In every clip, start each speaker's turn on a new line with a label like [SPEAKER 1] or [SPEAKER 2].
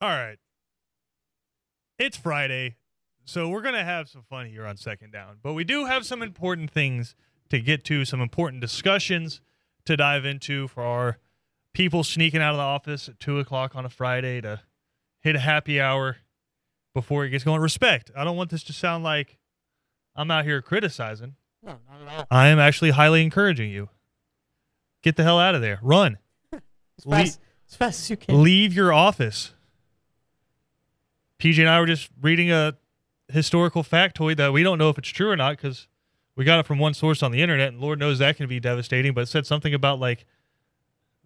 [SPEAKER 1] All right. It's Friday, so we're going to have some fun here on second down. But we do have some important things to get to, some important discussions to dive into for our people sneaking out of the office at 2 o'clock on a Friday to hit a happy hour before it gets going. Respect. I don't want this to sound like I'm out here criticizing.
[SPEAKER 2] No, not at all.
[SPEAKER 1] I am actually highly encouraging you. Get the hell out of there. Run.
[SPEAKER 2] As
[SPEAKER 1] Le-
[SPEAKER 2] fast, as fast as you can.
[SPEAKER 1] leave your office. PJ and I were just reading a historical factoid that we don't know if it's true or not because we got it from one source on the internet, and Lord knows that can be devastating. But it said something about like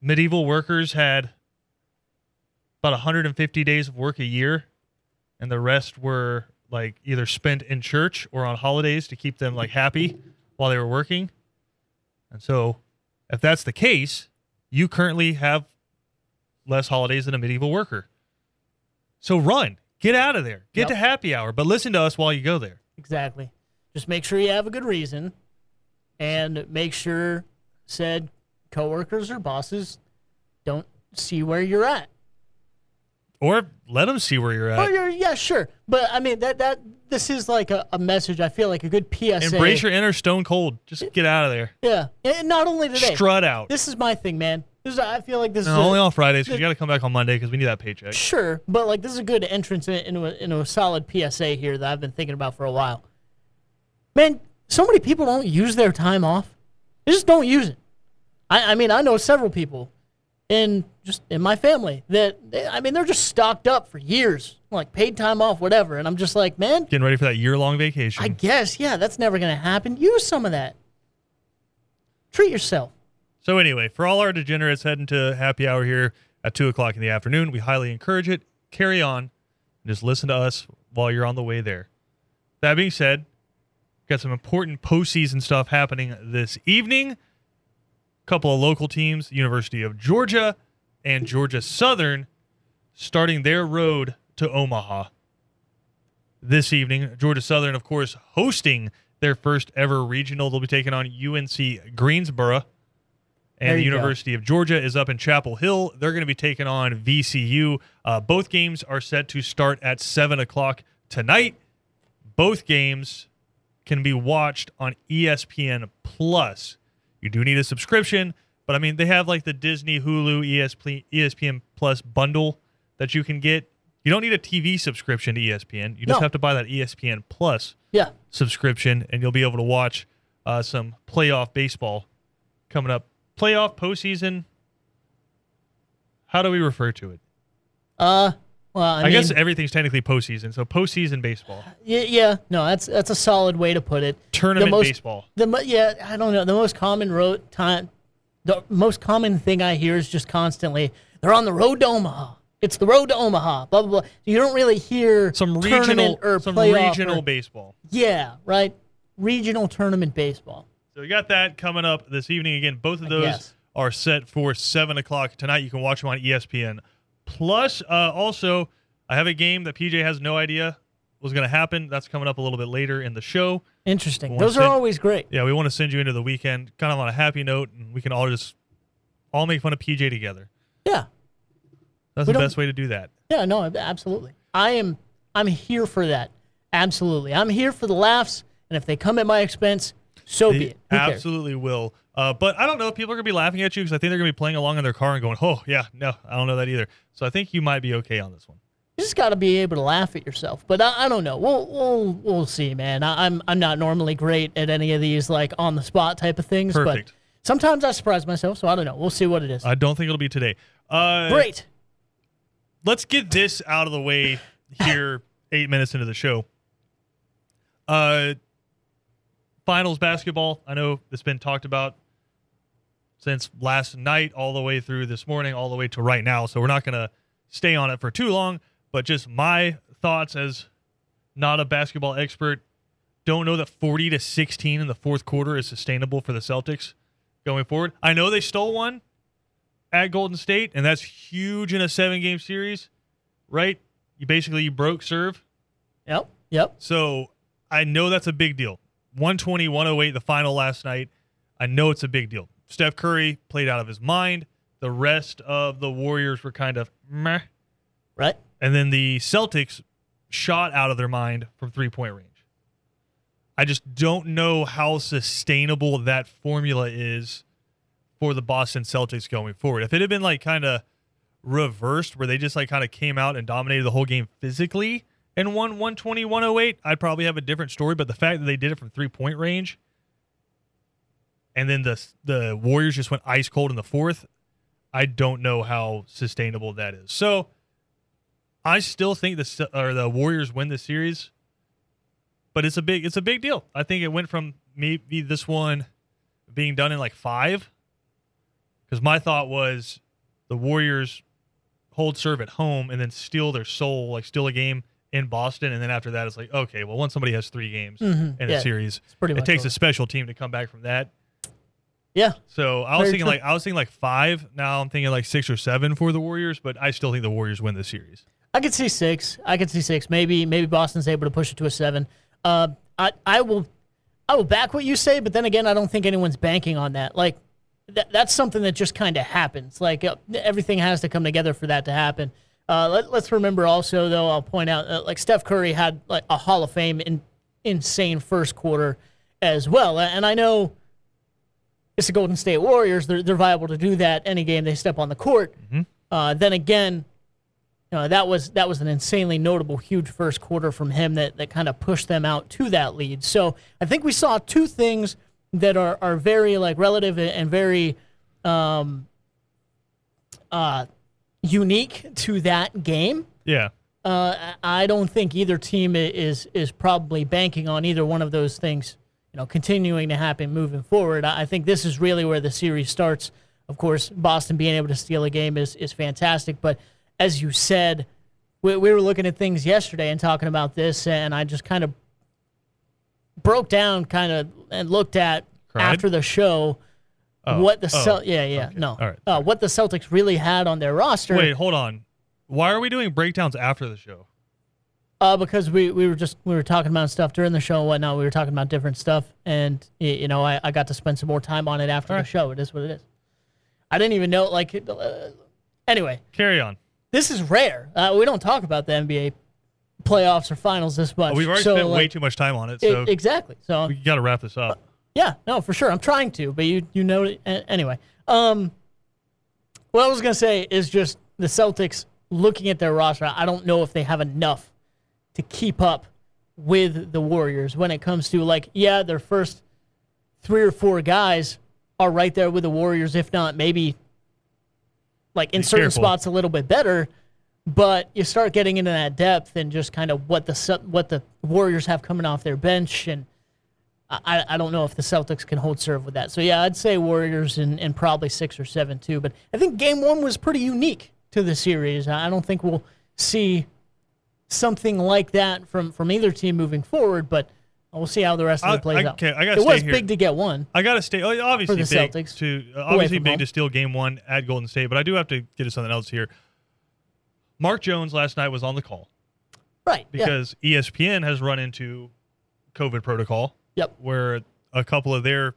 [SPEAKER 1] medieval workers had about 150 days of work a year, and the rest were like either spent in church or on holidays to keep them like happy while they were working. And so, if that's the case, you currently have less holidays than a medieval worker. So run, get out of there, get
[SPEAKER 2] Yep.
[SPEAKER 1] to happy hour, but listen to us while you go there.
[SPEAKER 2] Exactly. Just make sure you have a good reason and make sure said coworkers or bosses don't see where you're at.
[SPEAKER 1] Or let them see where you're
[SPEAKER 2] Oh,
[SPEAKER 1] at.
[SPEAKER 2] you're, yeah, sure. But I mean that that this is like a, a message I feel like a good PSA.
[SPEAKER 1] Embrace your inner stone cold. Just get out of there.
[SPEAKER 2] Yeah. And not only today.
[SPEAKER 1] Strut out.
[SPEAKER 2] This is my thing, man. This is I feel like this
[SPEAKER 1] No,
[SPEAKER 2] is a-
[SPEAKER 1] only on Fridays because you got to come back on Monday because we need that paycheck.
[SPEAKER 2] Sure, but like this is a good entrance in- into a, into a solid PSA here that I've been thinking about for a while. Man, so many people don't use their time off. They just don't use it. I, I mean, I know several people in just in my family that they, I mean they're just stocked up for years, like paid time off, whatever. And I'm just like, man,
[SPEAKER 1] Getting ready for that year long vacation.
[SPEAKER 2] I guess yeah, that's never gonna happen. Use some of that. Treat yourself.
[SPEAKER 1] So anyway, for all our degenerates heading to happy hour here at two o'clock in the afternoon, we highly encourage it. Carry on, and just listen to us while you're on the way there. That being said, we've got some important postseason stuff happening this evening. A couple of local teams, University of Georgia and Georgia Southern, starting their road to Omaha this evening. Georgia Southern, of course, hosting their first ever regional. They'll be taking on UNC Greensboro.
[SPEAKER 2] There
[SPEAKER 1] And the
[SPEAKER 2] you go.
[SPEAKER 1] University of Georgia is up in Chapel Hill. They're going to be taking on VCU. Uh, both games are set to start at 7 o'clock tonight. Both games can be watched on E ESPN Plus. You do need a subscription, but I mean they have like the Disney, Hulu, E ESPN, ESPN Plus bundle that you can get. You don't need a TV subscription to E ESPN. You just
[SPEAKER 2] No.
[SPEAKER 1] have to buy that E ESPN Plus
[SPEAKER 2] Yeah,
[SPEAKER 1] subscription, and you'll be able to watch uh, some playoff baseball coming up. Playoff postseason. How do we refer to it?
[SPEAKER 2] uh, well, I,
[SPEAKER 1] I,
[SPEAKER 2] mean,
[SPEAKER 1] guess everything's technically postseason, so postseason baseball,
[SPEAKER 2] yeah, yeah, no, that's that's a solid way to put it.
[SPEAKER 1] tournament
[SPEAKER 2] most-
[SPEAKER 1] baseball.
[SPEAKER 2] The mo- yeah, I don't know. The most common road time, the most common thing I hear is just constantly they're on the road to Omaha. It's the road to Omaha. Blah blah blah. You don't really hear
[SPEAKER 1] Some
[SPEAKER 2] tournament
[SPEAKER 1] regional,
[SPEAKER 2] or
[SPEAKER 1] some
[SPEAKER 2] playoff
[SPEAKER 1] regional
[SPEAKER 2] or-
[SPEAKER 1] baseball.
[SPEAKER 2] yeah, right. Regional tournament baseball.
[SPEAKER 1] So we got that coming up this evening. Again, both of those
[SPEAKER 2] guess.
[SPEAKER 1] are set for seven o'clock tonight. You can watch them on E ESPN. Plus, uh, also, I have a game that PJ has no idea was going to happen. That's coming up a little bit later in the show.
[SPEAKER 2] Interesting.
[SPEAKER 1] One
[SPEAKER 2] Those are
[SPEAKER 1] thing-
[SPEAKER 2] always great.
[SPEAKER 1] Yeah, we want to send you into the weekend kind of on a happy note, and we can all just all make fun of PJ together.
[SPEAKER 2] Yeah,
[SPEAKER 1] That's the
[SPEAKER 2] We don't-
[SPEAKER 1] best way to do that.
[SPEAKER 2] yeah. No, ab- absolutely. I am. I'm here for that. Absolutely. I'm here for the laughs, and if they come at my expense, so be
[SPEAKER 1] They
[SPEAKER 2] it. Who cares?
[SPEAKER 1] absolutely will. Uh, but I don't know if people are going to be laughing at you because I think they're going to be playing along in their car and going, "Oh yeah, no, I don't know that either." So I think you might be okay on this one.
[SPEAKER 2] You just got to be able to laugh at yourself. But I, I don't know. We'll we'll we'll see, man. I, I'm I'm not normally great at any of these like on the spot type of things.
[SPEAKER 1] Perfect.
[SPEAKER 2] But sometimes I surprise myself, so I don't know. We'll see what it is.
[SPEAKER 1] I don't think it'll be today. Uh,
[SPEAKER 2] great.
[SPEAKER 1] let's get this out of the way here eight minutes into the show uh finals basketball i know it's been talked about since last night all the way through this morning all the way to right now so we're not gonna stay on it for too long but just my thoughts as not a basketball expert don't know that 40 to 16 in the fourth quarter is sustainable for the celtics going forward i know they stole one at Golden State, and that's huge in a seven game series, right? You basically you broke serve.
[SPEAKER 2] Yep. Yep.
[SPEAKER 1] So I know that's a big deal. 120, 108, the final last night. I know it's a big deal. Steph Curry played out of his mind. The rest of the Warriors were kind of meh.
[SPEAKER 2] Right.
[SPEAKER 1] And then the Celtics shot out of their mind from three point range. I just don't know how sustainable that formula is for the Boston Celtics going forward. If it had been like kind of reversed where they just like kind of came out and dominated the whole game physically and won 120 108, I'd probably have a different story. But the fact that they did it from three point range and then the the Warriors just went ice cold in the fourth, I don't know how sustainable that is. So I still think the Ce- or the Warriors win the series, but it's a big it's a big deal. I think it went from maybe this one being done in like five, because my thought was the Warriors hold serve at home and then steal their soul, like steal a game in Boston, and then after that it's like okay, well once somebody has three games
[SPEAKER 2] Mhm.
[SPEAKER 1] in
[SPEAKER 2] Yeah.
[SPEAKER 1] a series,
[SPEAKER 2] It's pretty
[SPEAKER 1] it
[SPEAKER 2] much
[SPEAKER 1] takes
[SPEAKER 2] over.
[SPEAKER 1] a special team to come back from that.
[SPEAKER 2] Yeah.
[SPEAKER 1] So I was
[SPEAKER 2] Very
[SPEAKER 1] thinking
[SPEAKER 2] true.
[SPEAKER 1] like I was thinking like five. Now I'm thinking like six or seven for the Warriors, but I still think the Warriors win the series.
[SPEAKER 2] I could see six. I could see six. Maybe maybe Boston's able to push it to a seven. Uh, I I will I will back what you say, but then again, I don't think anyone's banking on that. Like that that's something that just kind of happens. Like uh, everything has to come together for that to happen. Uh, let, let's remember also though. I'll point out uh, like Steph Curry had like a Hall of Fame in, insane first quarter as well, and I know it's the Golden State Warriors. They're, they're viable to do that any game they step on the court. Uh, then again, you know, Uh, that was that was an insanely notable, huge first quarter from him that, that kind of pushed them out to that lead. So I think we saw two things that are, are very like relative and- and very um, uh, unique to that game.
[SPEAKER 1] Yeah.
[SPEAKER 2] Uh, I I don't think either team i- is is probably banking on either one of those things, you know, continuing to happen moving forward. I I think this is really where the series starts. Of course, Boston being able to steal a game is is fantastic, but as you said, we, we were looking at things yesterday and talking about this, and I just kind of broke down, kind of, and looked at
[SPEAKER 1] Cried?
[SPEAKER 2] after the show
[SPEAKER 1] Oh,
[SPEAKER 2] what the
[SPEAKER 1] oh,
[SPEAKER 2] Cel- yeah yeah no
[SPEAKER 1] All right.
[SPEAKER 2] uh, what the Celtics really had on their roster.
[SPEAKER 1] Wait, hold on. Why are we doing breakdowns after the show?
[SPEAKER 2] Uh, because we, we were just we were talking about stuff during the show and whatnot. We were talking about different stuff, and y- you know, I, I got to spend some more time on it after the
[SPEAKER 1] Alright.
[SPEAKER 2] show. It is what it is. I didn't even know like. it- Uh, anyway,
[SPEAKER 1] Carry on.
[SPEAKER 2] this is rare. Uh, we don't talk about the NBA playoffs or finals this much.
[SPEAKER 1] We've already
[SPEAKER 2] so,
[SPEAKER 1] spent way
[SPEAKER 2] like,
[SPEAKER 1] too much time on it,
[SPEAKER 2] e-
[SPEAKER 1] so
[SPEAKER 2] exactly. So
[SPEAKER 1] we got to wrap this up.
[SPEAKER 2] yeah, no, for sure. I'm trying to, but you you know a- anyway. Um, what I was gonna say is just the Celtics looking at their roster. I don't know if they have enough to keep up with the Warriors when it comes to like yeah, their first three or four guys are right there with the Warriors, if not maybe like in certain
[SPEAKER 1] careful.
[SPEAKER 2] spots a little bit better. But you start getting into that depth and just kind of what the Cel- what the Warriors have coming off their bench and. I, I don't know if the Celtics can hold serve with that. So yeah, I'd say Warriors and, and probably six or seven too. But I think game one was pretty unique to the series. I I don't think we'll see something like that from, from either team moving forward, but we'll see how the rest of
[SPEAKER 1] I-
[SPEAKER 2] it plays
[SPEAKER 1] I-
[SPEAKER 2] out.
[SPEAKER 1] okay, I gotta
[SPEAKER 2] it
[SPEAKER 1] stay
[SPEAKER 2] was
[SPEAKER 1] here.
[SPEAKER 2] big to get one.
[SPEAKER 1] I got to stay. oh, Obviously,
[SPEAKER 2] For the
[SPEAKER 1] big
[SPEAKER 2] Celtics.
[SPEAKER 1] to uh, obviously
[SPEAKER 2] from
[SPEAKER 1] big
[SPEAKER 2] home.
[SPEAKER 1] to steal game one at Golden State, but I do have to get to something else here. Mark Jones last night was on the call
[SPEAKER 2] Right. yeah.
[SPEAKER 1] because E ESPN has run into COVID protocol.
[SPEAKER 2] Yep.
[SPEAKER 1] where a couple of their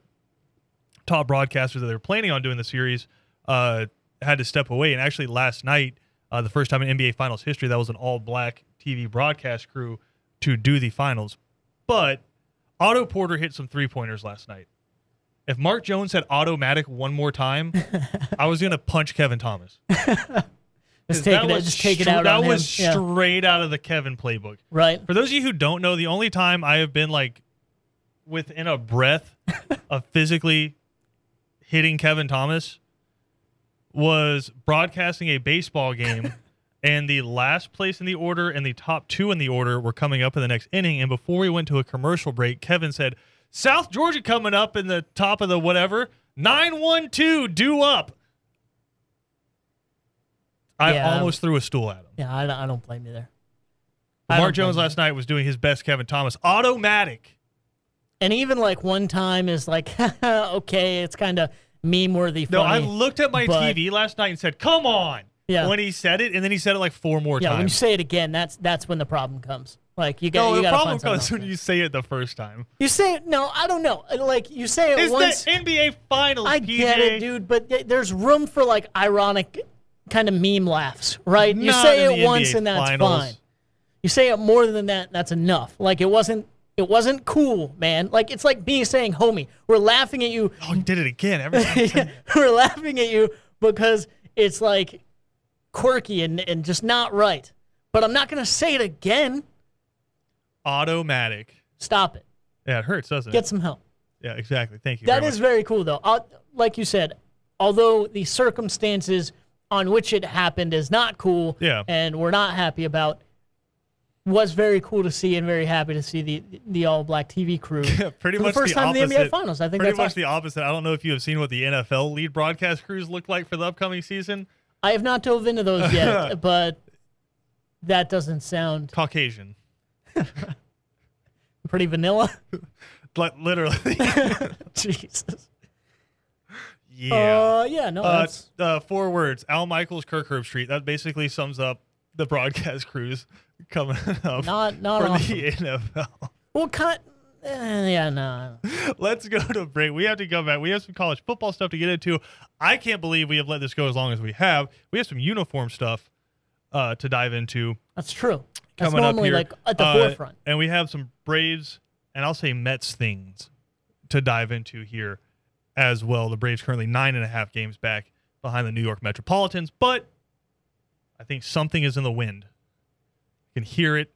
[SPEAKER 1] top broadcasters that they're planning on doing the series uh, had to step away. And actually, last night, uh, the first time in NBA Finals history, that was an all black TV broadcast crew to do the finals. But Otto Porter hit some three pointers last night. If Mark Jones had automatic one more time, I was going to punch Kevin Thomas.
[SPEAKER 2] Just take it,
[SPEAKER 1] was
[SPEAKER 2] just take it
[SPEAKER 1] stra-
[SPEAKER 2] out
[SPEAKER 1] That
[SPEAKER 2] on him.
[SPEAKER 1] was
[SPEAKER 2] Yeah.
[SPEAKER 1] straight out of the Kevin playbook.
[SPEAKER 2] Right.
[SPEAKER 1] For those of you who don't know, the only time I have been like within a breath of physically hitting Kevin Thomas was broadcasting a baseball game, and the last place in the order and the top two in the order were coming up in the next inning. And before we went to a commercial break, Kevin said, South Georgia coming up in the top of the whatever, 912 due up. I
[SPEAKER 2] Yeah.
[SPEAKER 1] almost threw a stool at him.
[SPEAKER 2] Yeah, I, don't- I don't blame you there.
[SPEAKER 1] Mark
[SPEAKER 2] I don't blame
[SPEAKER 1] Jones
[SPEAKER 2] you.
[SPEAKER 1] last night was doing his best Kevin Thomas. Automatic.
[SPEAKER 2] And even like one time is like, okay, it's kind of meme worthy.
[SPEAKER 1] No, I looked at my
[SPEAKER 2] but-
[SPEAKER 1] TV last night and said, come on.
[SPEAKER 2] Yeah.
[SPEAKER 1] When he said it, and then he said it like four more
[SPEAKER 2] Yeah, when you
[SPEAKER 1] times.
[SPEAKER 2] say it again, that's that's when the problem comes. Like you got
[SPEAKER 1] no,
[SPEAKER 2] you
[SPEAKER 1] the
[SPEAKER 2] got to
[SPEAKER 1] problem
[SPEAKER 2] find something.
[SPEAKER 1] comes
[SPEAKER 2] else.
[SPEAKER 1] when you say it the first time.
[SPEAKER 2] You say it. No, I don't know. Like you say it
[SPEAKER 1] It's
[SPEAKER 2] once.
[SPEAKER 1] the NBA Finals,
[SPEAKER 2] I
[SPEAKER 1] PJ.
[SPEAKER 2] get it, dude. But th- there's room for like ironic kind of meme laughs, right? you
[SPEAKER 1] Not
[SPEAKER 2] say
[SPEAKER 1] in
[SPEAKER 2] it
[SPEAKER 1] the
[SPEAKER 2] once
[SPEAKER 1] NBA
[SPEAKER 2] and that's
[SPEAKER 1] finals.
[SPEAKER 2] fine. You say it more than that, that's enough. Like it wasn't it wasn't cool, man. Like it's like me saying homie. We're laughing at you
[SPEAKER 1] Oh, you did it again. Every time.
[SPEAKER 2] we're laughing at you because it's like quirky and, and just not right. But I'm not gonna say it again.
[SPEAKER 1] Automatic.
[SPEAKER 2] Stop it.
[SPEAKER 1] Yeah, it hurts, doesn't
[SPEAKER 2] Get
[SPEAKER 1] it?
[SPEAKER 2] some help.
[SPEAKER 1] Yeah, exactly. Thank you.
[SPEAKER 2] That
[SPEAKER 1] very
[SPEAKER 2] is
[SPEAKER 1] much.
[SPEAKER 2] very cool, though. Uh, like you said, although the circumstances on which it happened is not cool,
[SPEAKER 1] Yeah.
[SPEAKER 2] and we're not happy about, was very cool to see and very happy to see the the all black TV crew.
[SPEAKER 1] Yeah, pretty
[SPEAKER 2] for
[SPEAKER 1] much
[SPEAKER 2] the first time
[SPEAKER 1] opposite.
[SPEAKER 2] in the NBA Finals. I think
[SPEAKER 1] pretty
[SPEAKER 2] that's
[SPEAKER 1] much
[SPEAKER 2] awesome.
[SPEAKER 1] the opposite. I don't know if you have seen what the NFL lead broadcast crews look like for the upcoming season.
[SPEAKER 2] I have not dove into those yet, but that doesn't sound
[SPEAKER 1] Caucasian,
[SPEAKER 2] pretty vanilla.
[SPEAKER 1] like literally.
[SPEAKER 2] Jesus.
[SPEAKER 1] yeah.
[SPEAKER 2] Uh, yeah. No.
[SPEAKER 1] Uh,
[SPEAKER 2] that's,
[SPEAKER 1] uh, four words: Al Michaels, Kirk Herbstreit. That basically sums up the broadcast crews coming up
[SPEAKER 2] Not- not
[SPEAKER 1] for
[SPEAKER 2] awesome.
[SPEAKER 1] the NFL.
[SPEAKER 2] well, cut. eh, yeah. No.
[SPEAKER 1] Let's go to a break. We have to come back. We have some college football stuff to get into. I can't believe we have let this go as long as we have. We have some uniform stuff uh, to dive into.
[SPEAKER 2] That's true. That's
[SPEAKER 1] coming
[SPEAKER 2] normally
[SPEAKER 1] up here,
[SPEAKER 2] like at the
[SPEAKER 1] Uh,
[SPEAKER 2] forefront.
[SPEAKER 1] And we have some Braves and I'll say Mets things to dive into here as well. The Braves currently nine and a half games back behind the New York Metropolitans, but I think something is in the wind. You can hear it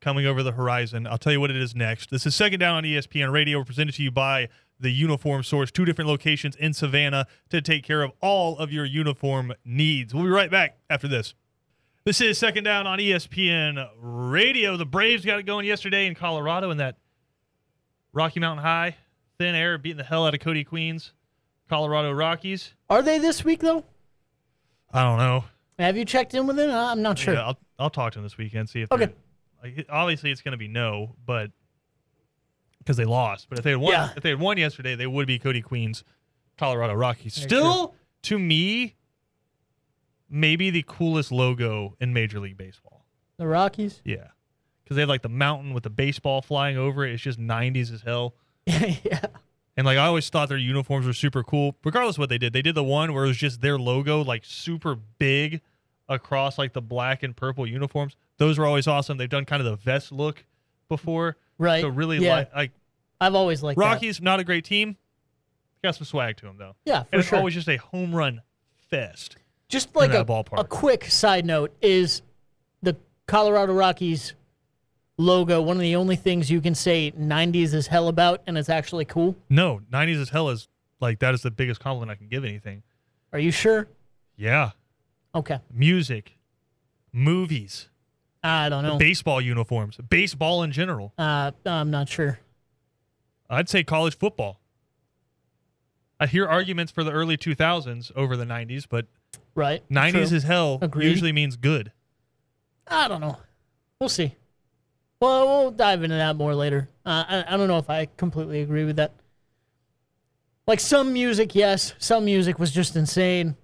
[SPEAKER 1] coming over the horizon. I'll tell you what it is next. This is Second Down on E ESPN Radio, presented to you by the Uniform Source, two different locations in Savannah to take care of all of your uniform needs. We'll be right back after this. This is second down on E ESPN Radio. The Braves got it going yesterday in Colorado in that Rocky Mountain High thin air, beating the hell out of Cody Queens, Colorado Rockies.
[SPEAKER 2] Are they this week though?
[SPEAKER 1] I don't know.
[SPEAKER 2] Have you checked in with them? I- I'm not sure.
[SPEAKER 1] Yeah, I'll, I'll talk to him this weekend. See if
[SPEAKER 2] Okay.
[SPEAKER 1] they're- like, obviously it's going to be no, but because they lost. But if they had won,
[SPEAKER 2] Yeah.
[SPEAKER 1] if they had won yesterday, they would be Cody Queens, Colorado Rockies. Still, to me, maybe the coolest logo in Major League Baseball.
[SPEAKER 2] The Rockies.
[SPEAKER 1] Yeah. Because they have like the mountain with the baseball flying over it. It's just 90s as hell.
[SPEAKER 2] yeah.
[SPEAKER 1] And like I always thought their uniforms were super cool, regardless of what they did. They did the one where it was just their logo like super big across like the black and purple uniforms. Those were always awesome. They've done kind of the vest look before.
[SPEAKER 2] Right.
[SPEAKER 1] So really
[SPEAKER 2] yeah.
[SPEAKER 1] like, like
[SPEAKER 2] I've always liked That.
[SPEAKER 1] Rockies, not a great team. Got some swag to them though.
[SPEAKER 2] Yeah, for
[SPEAKER 1] and it's
[SPEAKER 2] sure.
[SPEAKER 1] always just a home run fest.
[SPEAKER 2] Just like
[SPEAKER 1] that
[SPEAKER 2] a,
[SPEAKER 1] ballpark.
[SPEAKER 2] a quick side note is the Colorado Rockies logo. One of the only things you can say '90s is hell about, and it's actually cool.
[SPEAKER 1] No, 90s as hell is like that is the biggest compliment I can give anything.
[SPEAKER 2] Are you sure?
[SPEAKER 1] Yeah.
[SPEAKER 2] Okay.
[SPEAKER 1] Music, movies.
[SPEAKER 2] I don't know.
[SPEAKER 1] baseball uniforms, baseball in general.
[SPEAKER 2] Uh, I'm not sure.
[SPEAKER 1] I'd say college football. I hear arguments for the early 2000s over the 90s, but
[SPEAKER 2] Right.
[SPEAKER 1] 90s
[SPEAKER 2] True.
[SPEAKER 1] is hell
[SPEAKER 2] Agreed.
[SPEAKER 1] usually means good.
[SPEAKER 2] I don't know. We'll see. Well, we'll dive into that more later. Uh, I, I don't know if I completely agree with that. Like some music, yes, some music was just insane.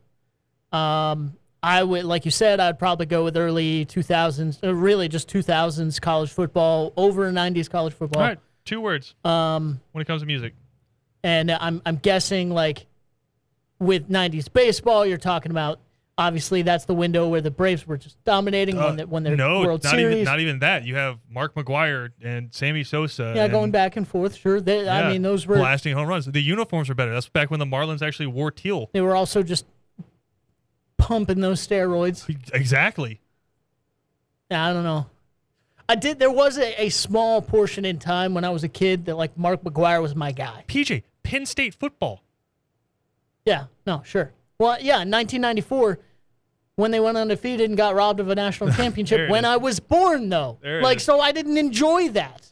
[SPEAKER 2] Um, I would, like you said, I'd probably go with early 2000s, uh, really just 2000s college football over 90s college football.
[SPEAKER 1] All right, two words
[SPEAKER 2] Um,
[SPEAKER 1] when it comes to music.
[SPEAKER 2] and I'm I'm guessing like with 90s baseball, you're talking about obviously that's the window where the Braves were just dominating
[SPEAKER 1] Uh,
[SPEAKER 2] when they, when their
[SPEAKER 1] no,
[SPEAKER 2] World
[SPEAKER 1] not
[SPEAKER 2] Series.
[SPEAKER 1] even not even that. You have Mark McGuire and Sammy Sosa.
[SPEAKER 2] Yeah,
[SPEAKER 1] and-
[SPEAKER 2] going back and forth. Sure, they, I
[SPEAKER 1] yeah,
[SPEAKER 2] mean, those were
[SPEAKER 1] blasting home runs. The uniforms are better. That's back when the Marlins actually wore teal.
[SPEAKER 2] they were also just pumping those steroids.
[SPEAKER 1] Exactly.
[SPEAKER 2] I don't know. I did. There was a, a small portion in time when I was a kid that like Mark McGuire was my guy.
[SPEAKER 1] PJ, Penn State football.
[SPEAKER 2] Yeah. No. Sure. Well, yeah. in 1994, when they went undefeated and got robbed of a national
[SPEAKER 1] There
[SPEAKER 2] championship.
[SPEAKER 1] it
[SPEAKER 2] when
[SPEAKER 1] is.
[SPEAKER 2] I was born, though,
[SPEAKER 1] There it
[SPEAKER 2] like
[SPEAKER 1] is.
[SPEAKER 2] so, I didn't enjoy that.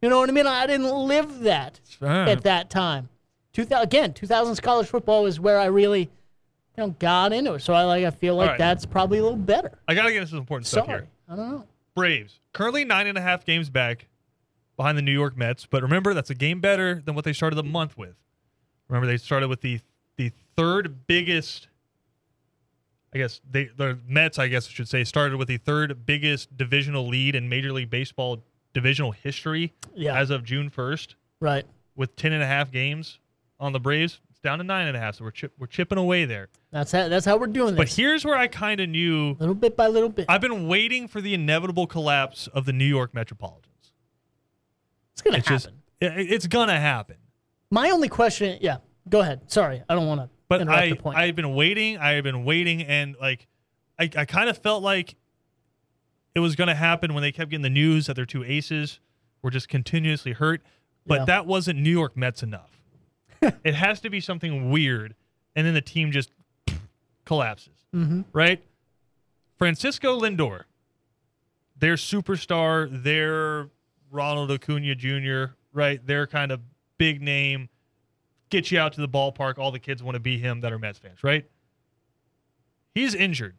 [SPEAKER 2] You know what I mean? I didn't live that.
[SPEAKER 1] Ah,
[SPEAKER 2] at that time. 2000, again, 2000s college football is where I really you know, got into it. So I like I feel like
[SPEAKER 1] right.
[SPEAKER 2] that's probably a little better.
[SPEAKER 1] I gotta get into some important stuff here.
[SPEAKER 2] Sorry, I don't know.
[SPEAKER 1] Braves currently nine and a half games back behind the New York Mets, but remember that's a game better than what they started the month with. Remember they started with the the third biggest. I guess they the Mets, I guess I should say, started with the third biggest divisional lead in Major League Baseball divisional history
[SPEAKER 2] Yeah,
[SPEAKER 1] as of June first,
[SPEAKER 2] right.
[SPEAKER 1] with ten and a half games on the Braves. down to nine and a half. So we're chip, we're chipping away there.
[SPEAKER 2] That's how, that's how we're doing
[SPEAKER 1] But
[SPEAKER 2] this.
[SPEAKER 1] here's where I kind of knew
[SPEAKER 2] little bit by little bit.
[SPEAKER 1] I've been waiting for the inevitable collapse of the New York Metropolitans.
[SPEAKER 2] it's gonna
[SPEAKER 1] It's
[SPEAKER 2] happen.
[SPEAKER 1] just it, it's gonna happen.
[SPEAKER 2] My only question, yeah. Go ahead. Sorry, I don't want to
[SPEAKER 1] But
[SPEAKER 2] interrupt
[SPEAKER 1] I
[SPEAKER 2] the point.
[SPEAKER 1] I've been waiting. I have been waiting, and like I I kind of felt like it was gonna happen when they kept getting the news that their two aces were just continuously hurt. But
[SPEAKER 2] Yeah.
[SPEAKER 1] that wasn't New York Mets enough. it has to be something weird, and then the team just collapses.
[SPEAKER 2] Mhm.
[SPEAKER 1] Right? Francisco Lindor, their superstar, their Ronald Acuna Jr., right? Their kind of big name, get you out to the ballpark. All the kids want to be him that are Mets fans, right? He's injured.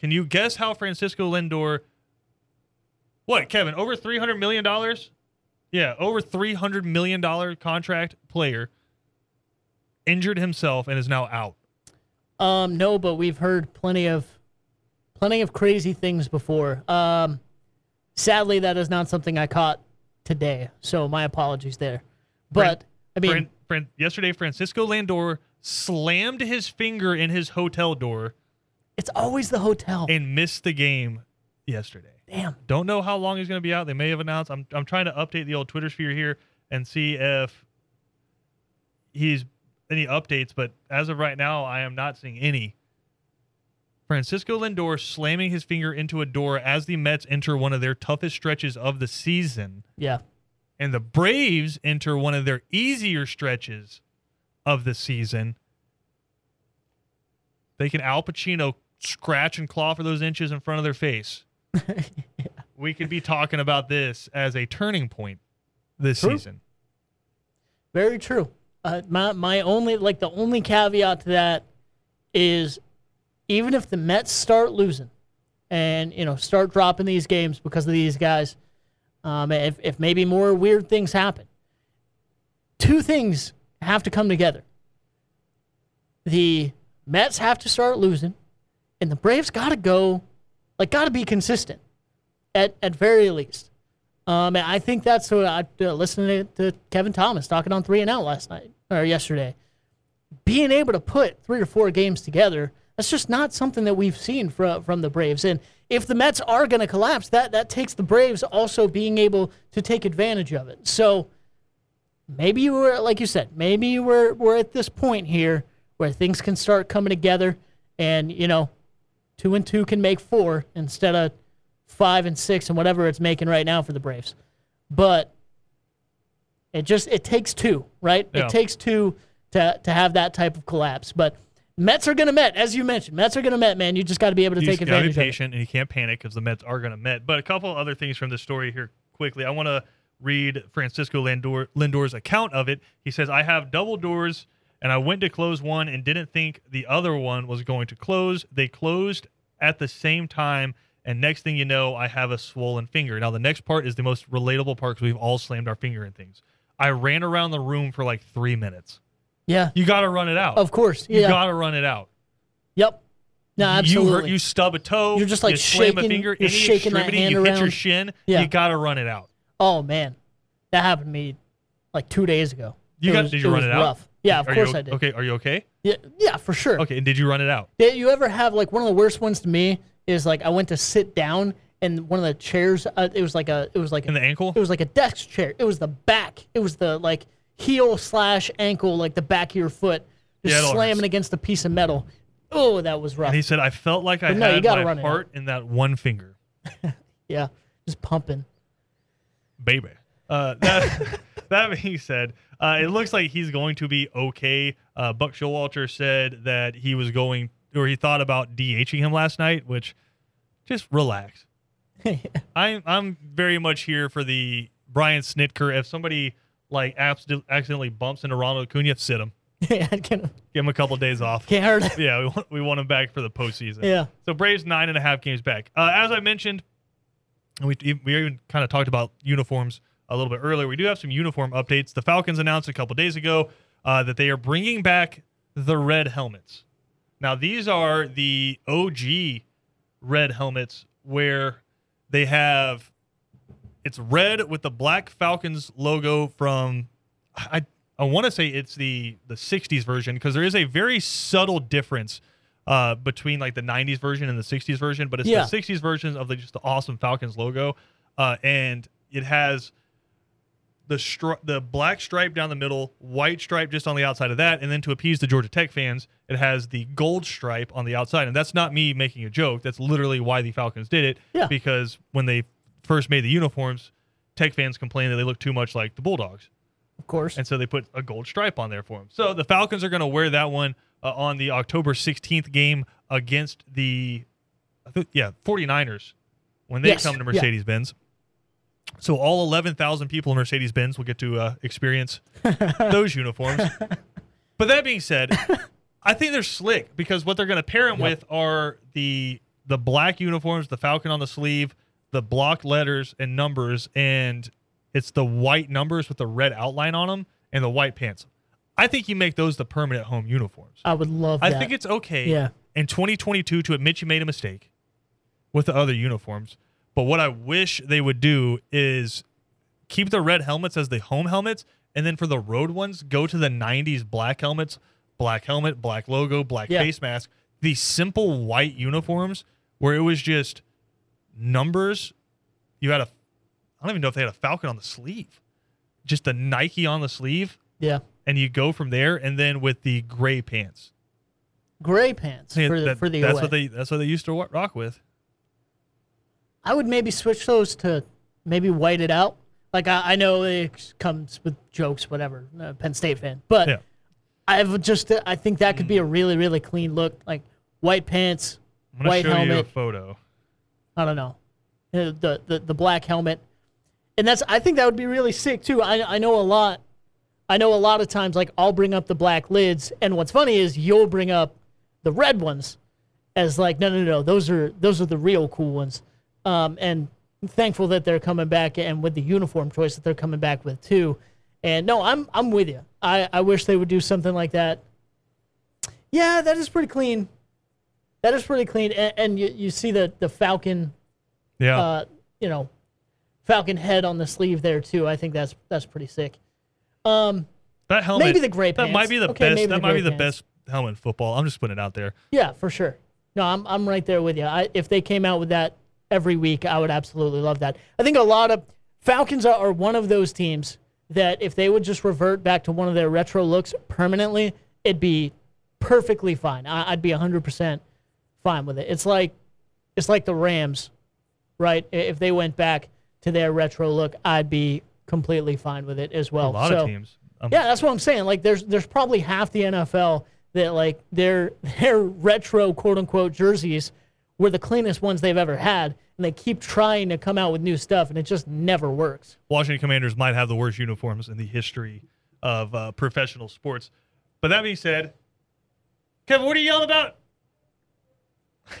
[SPEAKER 1] Can you guess how Francisco Lindor, what, Kevin, over $300 million? Yeah, over $300 million contract player injured himself and is now out.
[SPEAKER 2] Um, no, but we've heard plenty of plenty of crazy things before. Um, sadly, that is not something I caught today, so my apologies there. But I mean,
[SPEAKER 1] Fran, Fran, yesterday, Francisco Lindor slammed his finger in his hotel door
[SPEAKER 2] it's always the hotel.
[SPEAKER 1] and missed the game yesterday.
[SPEAKER 2] Damn,
[SPEAKER 1] Don't know how long he's going to be out. They may have announced. I'm, I'm trying to update the old Twitter sphere here and see if he's any updates, but as of right now, I am not seeing any. Francisco Lindor slamming his finger into a door as the Mets enter one of their toughest stretches of the season,
[SPEAKER 2] yeah,
[SPEAKER 1] and the Braves enter one of their easier stretches of the season. They can Al Pacino scratch and claw for those inches in front of their face we could be talking about this as a turning point this
[SPEAKER 2] True.
[SPEAKER 1] season.
[SPEAKER 2] very true. Uh, my my only like the only caveat to that is even if the Mets start losing and you know start dropping these games because of these guys, um, if if maybe more weird things happen, two things have to come together. The Mets have to start losing, and the Braves got to go, like got to be consistent, at at very least. Um, and I think that's what I uh, listening to, to Kevin Thomas talking on three and out last night or yesterday. Being able to put three or four games together, that's just not something that we've seen from from the Braves. And if the Mets are going to collapse, that that takes the Braves also being able to take advantage of it. So maybe you were like you said, maybe we're we're at this point here where things can start coming together, and you know, two and two can make four instead of five and six and whatever it's making right now for the Braves. But it just it takes two, right?
[SPEAKER 1] Yeah.
[SPEAKER 2] It takes two to to have that type of collapse. But Mets are gonna met, as you mentioned. Mets are gonna met, man. You just got to be able to
[SPEAKER 1] You
[SPEAKER 2] take
[SPEAKER 1] just gotta be
[SPEAKER 2] advantage of it.
[SPEAKER 1] patient, and you can't panic because the Mets are going to met. But a couple other things from this story here quickly. I want to read Francisco Lindor, Lindor's account of it. He says, "I have double doors, and I went to close one and didn't think the other one was going to close. They closed at the same time." And next thing you know, I have a swollen finger. Now, the next part is the most relatable part because we've all slammed our finger in things. I ran around the room for like three minutes.
[SPEAKER 2] Yeah,
[SPEAKER 1] You got to run it out.
[SPEAKER 2] of course.
[SPEAKER 1] You
[SPEAKER 2] Yeah.
[SPEAKER 1] got to run it out.
[SPEAKER 2] yep. No, absolutely.
[SPEAKER 1] You hurt, you stub a toe.
[SPEAKER 2] You're just, like,
[SPEAKER 1] you slam a
[SPEAKER 2] shaking-
[SPEAKER 1] finger, any
[SPEAKER 2] you're shaking that
[SPEAKER 1] extremity,
[SPEAKER 2] hand
[SPEAKER 1] you hit your
[SPEAKER 2] around.
[SPEAKER 1] shin.
[SPEAKER 2] Yeah.
[SPEAKER 1] You gotta run it out.
[SPEAKER 2] Oh man, that happened to me like two days ago.
[SPEAKER 1] You
[SPEAKER 2] It
[SPEAKER 1] got?
[SPEAKER 2] was-
[SPEAKER 1] did you
[SPEAKER 2] it
[SPEAKER 1] run
[SPEAKER 2] was
[SPEAKER 1] it out?
[SPEAKER 2] rough. Yeah, of
[SPEAKER 1] Are you
[SPEAKER 2] course
[SPEAKER 1] o-
[SPEAKER 2] I did.
[SPEAKER 1] Okay, are you okay?
[SPEAKER 2] Yeah, yeah, for sure.
[SPEAKER 1] Okay, and did you run it out?
[SPEAKER 2] Did you ever have like one of the worst ones to me is like I went to sit down and one of the chairs uh, it was like a it was like
[SPEAKER 1] In the ankle?
[SPEAKER 2] it was like a desk chair. It was the back. It was the like heel slash ankle, like the back of your foot,
[SPEAKER 1] Yeah,
[SPEAKER 2] just
[SPEAKER 1] it all
[SPEAKER 2] slamming
[SPEAKER 1] hurts.
[SPEAKER 2] against a piece of metal. Oh, that was rough.
[SPEAKER 1] And he said, I felt like I
[SPEAKER 2] But no, you
[SPEAKER 1] had
[SPEAKER 2] gotta
[SPEAKER 1] my
[SPEAKER 2] run it out.
[SPEAKER 1] heart in that one finger,
[SPEAKER 2] Yeah, just pumping.
[SPEAKER 1] baby. Uh, that, that being said, uh, it looks like he's going to be okay. Uh, Buck Showalter said that he was going, or he thought about DHing him last night, which just relax. I'm I'm very much here for the Brian Snitker. If somebody like abs- accidentally bumps into Ronald Acuna, sit him.
[SPEAKER 2] yeah, I can't,
[SPEAKER 1] Give him a couple days off.
[SPEAKER 2] can't hurt. it.
[SPEAKER 1] Yeah, we want, we want him back for the postseason.
[SPEAKER 2] Yeah.
[SPEAKER 1] So Braves nine and a half games back. Uh, as I mentioned, and we we even kind of talked about uniforms a little bit earlier. We do have some uniform updates. The Falcons announced a couple days ago uh, that they are bringing back the red helmets. Now these are the OG red helmets where they have it's red with the black Falcons logo from I I want to say it's the the 60s version because there is a very subtle difference uh, between like the 90s version and the 60s version, but it's
[SPEAKER 2] Yeah.
[SPEAKER 1] the 60s version of the just the awesome Falcons logo, uh, and it has the stri- the black stripe down the middle, white stripe just on the outside of that, and then to appease the Georgia Tech fans, it has the gold stripe on the outside. And that's not me making a joke. That's literally why the Falcons did it.
[SPEAKER 2] Yeah.
[SPEAKER 1] Because when they first made the uniforms, Tech fans complained that they look too much like the Bulldogs,
[SPEAKER 2] of course.
[SPEAKER 1] and so they put a gold stripe on there for them. So the Falcons are going to wear that one uh, on the October 16th game against the, I think, yeah, 49ers when they
[SPEAKER 2] Yes,
[SPEAKER 1] come to
[SPEAKER 2] yeah.
[SPEAKER 1] Mercedes Benz. So all 11,000 people in Mercedes Benz will get to uh, experience those uniforms. But that being said, I think they're slick because what they're going to pair them with are the the black uniforms, the falcon on the sleeve, the block letters and numbers, and it's the white numbers with the red outline on them and the white pants. I think you make those the permanent home uniforms.
[SPEAKER 2] I would love
[SPEAKER 1] I
[SPEAKER 2] that.
[SPEAKER 1] think it's okay
[SPEAKER 2] Yeah.
[SPEAKER 1] in 2022 to admit you made a mistake with the other uniforms. But what I wish they would do is keep the red helmets as the home helmets, and then for the road ones, go to the 90s black helmets, black helmet, black logo, black
[SPEAKER 2] Yeah.
[SPEAKER 1] face mask, the simple white uniforms where it was just numbers. You had a, I don't even know if they had a falcon on the sleeve, just the Nike on the sleeve,
[SPEAKER 2] yeah.
[SPEAKER 1] and you go from there, and then with the gray pants.
[SPEAKER 2] Gray pants
[SPEAKER 1] Yeah,
[SPEAKER 2] for the
[SPEAKER 1] that-
[SPEAKER 2] for the
[SPEAKER 1] that's
[SPEAKER 2] away.
[SPEAKER 1] what they that's what they used to wa- rock with.
[SPEAKER 2] I would maybe switch those to maybe white it out. Like I, I know it comes with jokes, whatever. uh, Penn State fan, but
[SPEAKER 1] Yeah. Mm.
[SPEAKER 2] I've just I think that could be a really really clean look, like white pants,
[SPEAKER 1] I'm gonna
[SPEAKER 2] white
[SPEAKER 1] show you a
[SPEAKER 2] helmet.
[SPEAKER 1] photo.
[SPEAKER 2] I don't know, uh, the, the the black helmet, and that's I think that would be really sick too. I I know a lot, I know a lot of times like I'll bring up the black lids, and what's funny is you'll bring up the red ones as like no no no those are those are the real cool ones, um, and I'm thankful that they're coming back and with the uniform choice that they're coming back with too, and no I'm I'm with you. I I wish they would do something like that. Yeah, that is pretty clean. That is pretty clean, and, and you, you see the, the Falcon
[SPEAKER 1] Yeah,
[SPEAKER 2] uh, you know, Falcon head on the sleeve there too. I think that's that's pretty sick. Um,
[SPEAKER 1] that helmet.
[SPEAKER 2] maybe the gray
[SPEAKER 1] That might
[SPEAKER 2] pants.
[SPEAKER 1] be the
[SPEAKER 2] Okay,
[SPEAKER 1] best.
[SPEAKER 2] maybe
[SPEAKER 1] That
[SPEAKER 2] the
[SPEAKER 1] might be
[SPEAKER 2] gray
[SPEAKER 1] the
[SPEAKER 2] pants.
[SPEAKER 1] best helmet in football. I'm just putting it out there.
[SPEAKER 2] yeah, for sure. No, I'm I'm right there with you. I, if they came out with that every week, I would absolutely love that. I think a lot of Falcons are, are one of those teams that if they would just revert back to one of their retro looks permanently, it'd be perfectly fine. I, I'd be 100% fine with it. It's like it's like the Rams, right? I- If they went back to their retro look, I'd be completely fine with it as well.
[SPEAKER 1] A lot
[SPEAKER 2] so,
[SPEAKER 1] of teams. Um,
[SPEAKER 2] yeah, that's what I'm saying. Like, there's there's probably half the NFL that like their their retro quote unquote jerseys were the cleanest ones they've ever had, and they keep trying to come out with new stuff, and it just never works.
[SPEAKER 1] Washington Commanders might have the worst uniforms in the history of uh, professional sports. But that being said, Kevin, what are you yelling about?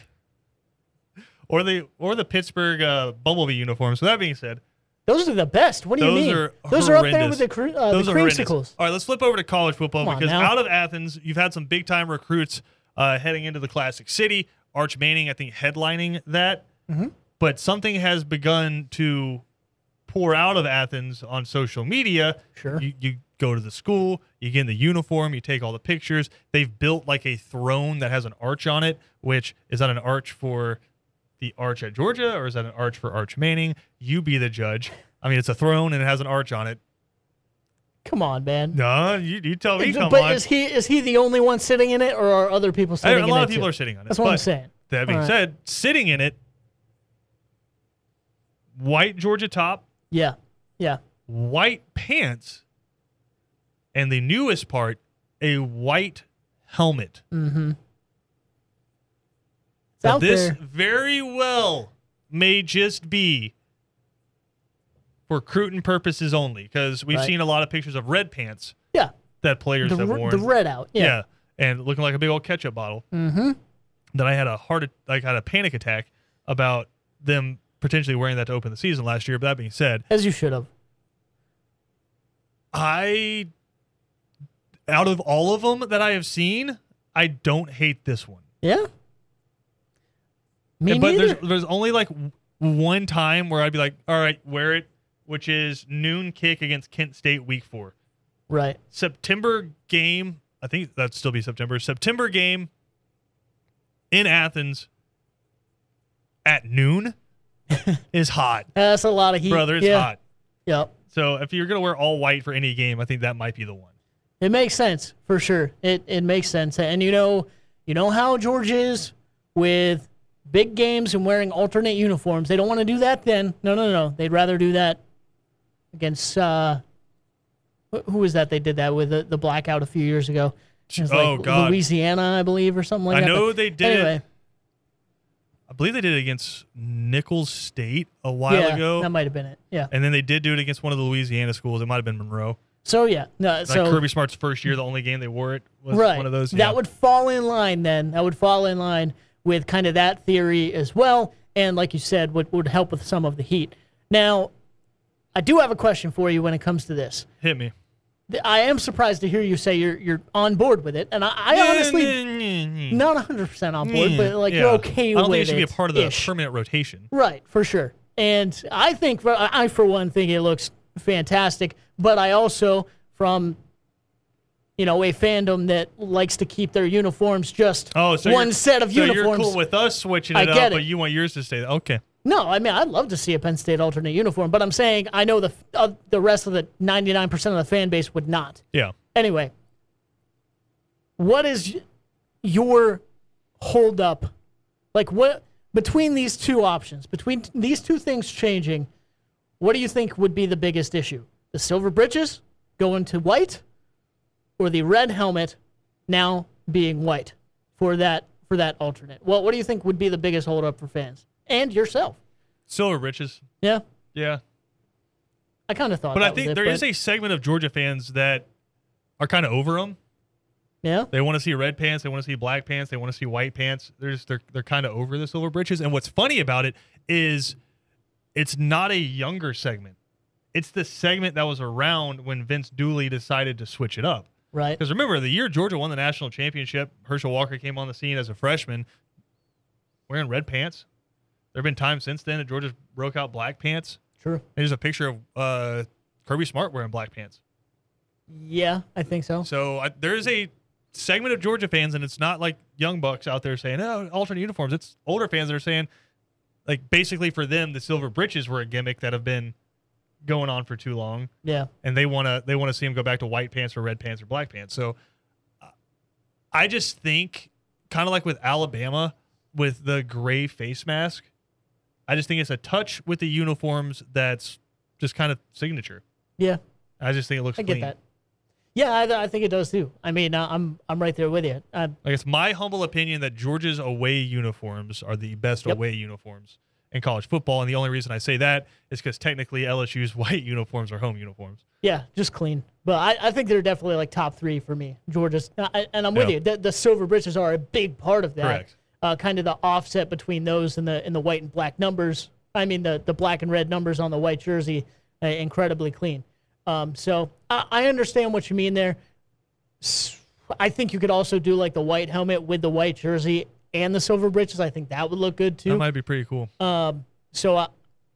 [SPEAKER 1] or the or the Pittsburgh uh, Bumblebee uniforms. So that being said,
[SPEAKER 2] Those are the best. What do
[SPEAKER 1] Those
[SPEAKER 2] you mean?
[SPEAKER 1] are
[SPEAKER 2] those are up there
[SPEAKER 1] horrendous.
[SPEAKER 2] with the, cre- uh,
[SPEAKER 1] Those
[SPEAKER 2] the
[SPEAKER 1] are horrendous.
[SPEAKER 2] creamsicles.
[SPEAKER 1] All right, let's flip over to college football
[SPEAKER 2] Come on
[SPEAKER 1] because
[SPEAKER 2] now.
[SPEAKER 1] out of Athens, you've had some big time recruits uh, heading into the Classic City. Arch Manning, I think, headlining that.
[SPEAKER 2] Mm-hmm.
[SPEAKER 1] But something has begun to pour out of Athens on social media.
[SPEAKER 2] Sure.
[SPEAKER 1] You, you go to the school, you get in the uniform, you take all the pictures. They've built like a throne that has an arch on it, which is that an arch for the arch at Georgia or is that an arch for Arch Manning? You be the judge. I mean, it's a throne and it has an arch on it.
[SPEAKER 2] Come on, man.
[SPEAKER 1] No, you, you tell me. Come
[SPEAKER 2] but
[SPEAKER 1] on.
[SPEAKER 2] is he is he the only one sitting in it, or are other people
[SPEAKER 1] I-
[SPEAKER 2] sitting in
[SPEAKER 1] a
[SPEAKER 2] it?
[SPEAKER 1] lot of people
[SPEAKER 2] too?
[SPEAKER 1] are sitting on it.
[SPEAKER 2] That's what I'm
[SPEAKER 1] but
[SPEAKER 2] saying.
[SPEAKER 1] That being
[SPEAKER 2] All right.
[SPEAKER 1] said, sitting in it, white Georgia top,
[SPEAKER 2] Yeah, yeah.
[SPEAKER 1] white pants, and the newest part, a white helmet.
[SPEAKER 2] Mm. It's out
[SPEAKER 1] this
[SPEAKER 2] there.
[SPEAKER 1] very well may just be for recruiting purposes only, because we've
[SPEAKER 2] Right.
[SPEAKER 1] seen a lot of pictures of red pants
[SPEAKER 2] Yeah,
[SPEAKER 1] that players
[SPEAKER 2] the,
[SPEAKER 1] have
[SPEAKER 2] re-
[SPEAKER 1] worn.
[SPEAKER 2] the red out.
[SPEAKER 1] Yeah.
[SPEAKER 2] Yeah,
[SPEAKER 1] And looking like a big old ketchup bottle. Mm-hmm. Then I had a heart, like, had a panic attack about them potentially wearing that to open the season last year. But that being said,
[SPEAKER 2] as you should have.
[SPEAKER 1] I, out of all of them that I have seen, I don't hate this one.
[SPEAKER 2] Yeah. Me
[SPEAKER 1] but
[SPEAKER 2] neither.
[SPEAKER 1] there's there's only like w- one time where I'd be like, all right, wear it, which is noon kick against Kent State week four.
[SPEAKER 2] Right.
[SPEAKER 1] September game. I think that'd still be September. September game in Athens at noon is hot,
[SPEAKER 2] That's a lot of heat.
[SPEAKER 1] brother. It's
[SPEAKER 2] yeah.
[SPEAKER 1] hot.
[SPEAKER 2] Yep.
[SPEAKER 1] So if you're gonna wear all white for any game, I think that might be the one.
[SPEAKER 2] It makes sense for sure. It it makes sense. And you know, you know how George is with big games and wearing alternate uniforms. They don't want to do that then. No, no, no. They'd rather do that against uh wh- who was that they did that with the, the blackout a few years ago? It was
[SPEAKER 1] Oh, God.
[SPEAKER 2] Louisiana, I believe, or something like
[SPEAKER 1] I
[SPEAKER 2] that.
[SPEAKER 1] know
[SPEAKER 2] But
[SPEAKER 1] they did it
[SPEAKER 2] anyway,
[SPEAKER 1] I believe they did it against Nichols State a while
[SPEAKER 2] yeah,
[SPEAKER 1] ago,
[SPEAKER 2] That might have been it. Yeah.
[SPEAKER 1] and then they did do it against one of the Louisiana schools. It might have been Monroe.
[SPEAKER 2] So yeah. No,
[SPEAKER 1] Like
[SPEAKER 2] so
[SPEAKER 1] Kirby Smart's first year, the only game they wore it was
[SPEAKER 2] right.
[SPEAKER 1] one of those.
[SPEAKER 2] That
[SPEAKER 1] yeah.
[SPEAKER 2] would fall in line then. That would fall in line with kind of that theory as well. And like you said, would, would help with some of the heat. Now, I do have a question for you when it comes to this.
[SPEAKER 1] hit me.
[SPEAKER 2] Th- I am surprised to hear you say you're you're on board with it, and I, I honestly not 100 percent on board, but like you're
[SPEAKER 1] Yeah.
[SPEAKER 2] okay
[SPEAKER 1] I don't
[SPEAKER 2] with
[SPEAKER 1] think it should be a part of the
[SPEAKER 2] ish.
[SPEAKER 1] permanent rotation.
[SPEAKER 2] Right, for sure. And I think, for, I for one think it looks fantastic, but I also, from you know, a fandom that likes to keep their uniforms just
[SPEAKER 1] Oh, so
[SPEAKER 2] one
[SPEAKER 1] you're-
[SPEAKER 2] set of
[SPEAKER 1] so
[SPEAKER 2] uniforms.
[SPEAKER 1] You're cool with us switching
[SPEAKER 2] I
[SPEAKER 1] it
[SPEAKER 2] get
[SPEAKER 1] up, but
[SPEAKER 2] it.
[SPEAKER 1] you want yours to stay. Okay,
[SPEAKER 2] no, I mean, I'd love to see a Penn State alternate uniform, but I'm saying I know the f- uh, the rest of the 99% of the fan base would not.
[SPEAKER 1] yeah.
[SPEAKER 2] Anyway, what is y- your holdup? Like, what between these two options, between t- these two things changing, what do you think would be the biggest issue? The silver britches going to white, or the red helmet now being white for that for that alternate? Well, what do you think would be the biggest holdup for fans and yourself?
[SPEAKER 1] Silver riches.
[SPEAKER 2] Yeah,
[SPEAKER 1] Yeah,
[SPEAKER 2] I kind of thought.
[SPEAKER 1] but
[SPEAKER 2] that
[SPEAKER 1] I think
[SPEAKER 2] was it,
[SPEAKER 1] there is
[SPEAKER 2] but-
[SPEAKER 1] a segment of Georgia fans that are kind of over them.
[SPEAKER 2] yeah.
[SPEAKER 1] They want to see red pants. They want to see black pants. They want to see white pants. They're just, they're they're kind of over the silver britches. And what's funny about it is, it's not a younger segment. It's the segment that was around when Vince Dooley decided to switch it up.
[SPEAKER 2] Right.
[SPEAKER 1] Because remember, the year Georgia won the national championship, Herschel Walker came on the scene as a freshman wearing red pants. There have been times since then that Georgia's broke out black pants.
[SPEAKER 2] True.
[SPEAKER 1] There's a picture of uh, Kirby Smart wearing black pants.
[SPEAKER 2] Yeah, I think so.
[SPEAKER 1] So I, there is a segment of Georgia fans, and it's not like young bucks out there saying, "Oh, alternate uniforms." It's older fans that are saying, like, basically for them, the silver breeches were a gimmick that have been going on for too long,
[SPEAKER 2] Yeah.
[SPEAKER 1] and they wanna they wanna see them go back to white pants or red pants or black pants. So uh, I just think, kind of like with Alabama with the gray face mask, I just think it's a touch with the uniforms that's just kind of signature.
[SPEAKER 2] Yeah.
[SPEAKER 1] I just think it looks.
[SPEAKER 2] I get
[SPEAKER 1] clean.
[SPEAKER 2] that. Yeah, I, I think it does too. I mean, uh, I'm I'm right there with you. Uh, I,
[SPEAKER 1] Like it's my humble opinion that Georgia's away uniforms are the best
[SPEAKER 2] Yep.
[SPEAKER 1] away uniforms in college football, and the only reason I say that is because technically LSU's white uniforms are home uniforms.
[SPEAKER 2] yeah, just clean. But I, I think they're definitely like top three for me. Georgia's, Uh, I, and I'm with
[SPEAKER 1] Yeah.
[SPEAKER 2] you. The, the silver britches are a big part of that.
[SPEAKER 1] Correct.
[SPEAKER 2] Uh, kind of the offset between those and the and the white and black numbers. I mean, the the black and red numbers on the white jersey, uh, incredibly clean. Um, so I, I understand what you mean there. S- I think you could also do like the white helmet with the white jersey and the silver britches. I think that would look good too.
[SPEAKER 1] That might be pretty cool.
[SPEAKER 2] Um, so I,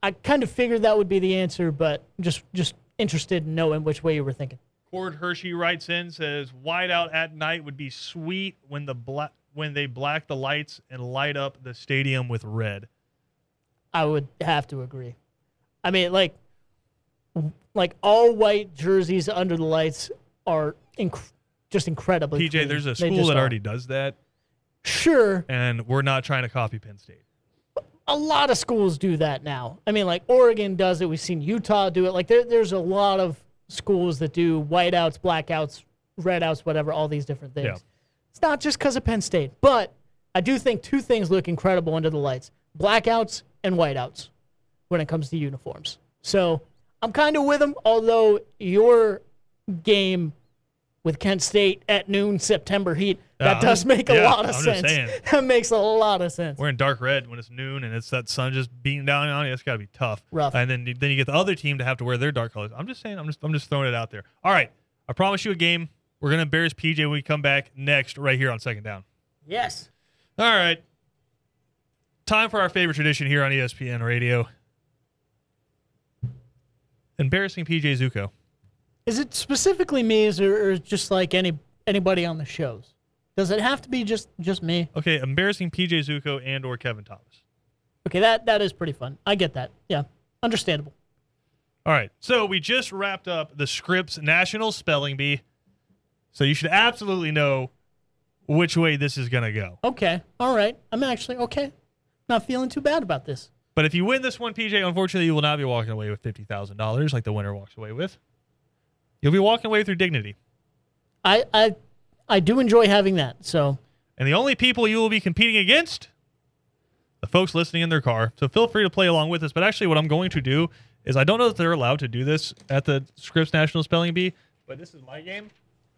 [SPEAKER 2] I kind of figured that would be the answer, but just just interested in knowing which way you were thinking.
[SPEAKER 1] Cord Hershey writes in says whiteout at night would be sweet when the black when they black the lights and light up the stadium with red.
[SPEAKER 2] I would have to agree. I mean, like, like all white jerseys under the lights are inc- just incredibly.
[SPEAKER 1] PJ,
[SPEAKER 2] clean.
[SPEAKER 1] there's
[SPEAKER 2] They
[SPEAKER 1] a school
[SPEAKER 2] just
[SPEAKER 1] that
[SPEAKER 2] are.
[SPEAKER 1] already does that,
[SPEAKER 2] sure
[SPEAKER 1] and we're not trying to copy Penn State.
[SPEAKER 2] a lot of schools do that now. I mean, like Oregon does it. We've seen Utah do it. Like there, there's a lot of schools that do whiteouts, blackouts, redouts, whatever, all these different things.
[SPEAKER 1] Yeah.
[SPEAKER 2] It's not just because of Penn State, but I do think two things look incredible under the lights: blackouts and whiteouts when it comes to uniforms. So I'm kind of with them, although your game with Kent State at noon September heat that
[SPEAKER 1] Yeah,
[SPEAKER 2] does
[SPEAKER 1] I'm-
[SPEAKER 2] make a
[SPEAKER 1] Uh-huh. yeah,
[SPEAKER 2] lot of
[SPEAKER 1] I'm just
[SPEAKER 2] sense.
[SPEAKER 1] saying.
[SPEAKER 2] That makes a lot of sense.
[SPEAKER 1] We're in dark red when it's noon and it's that sun just beating down on you. That's got to be tough.
[SPEAKER 2] Rough.
[SPEAKER 1] And then then you get the other team to have to wear their dark colors. I'm just saying. I'm just I'm just throwing it out there. All right. I promise you a game. We're gonna embarrass PJ when we come back next, right here on second down.
[SPEAKER 2] Yes.
[SPEAKER 1] All right. Time for our favorite tradition here on E ESPN Radio. Embarrassing PJ Zuko.
[SPEAKER 2] Is it specifically me, is there, or just like any anybody on the shows? Does it have to be just just me?
[SPEAKER 1] Okay, embarrassing PJ Zuko and or Kevin Thomas.
[SPEAKER 2] Okay, that that is pretty fun. I get that. Yeah, understandable.
[SPEAKER 1] All right. So we just wrapped up the Scripps National Spelling Bee. So you should absolutely know which way this is going to go.
[SPEAKER 2] Okay, all right. I'm actually okay. Not feeling too bad about this.
[SPEAKER 1] But if you win this one, PJ, unfortunately, you will not be walking away with $50,000 like the winner walks away with. You'll be walking away through dignity.
[SPEAKER 2] I I I do enjoy having that. So
[SPEAKER 1] And the only people you will be competing against, the folks listening in their car. So feel free to play along with us. But actually, what I'm going to do is I don't know that they're allowed to do this at the Scripps National Spelling Bee, but this is my game.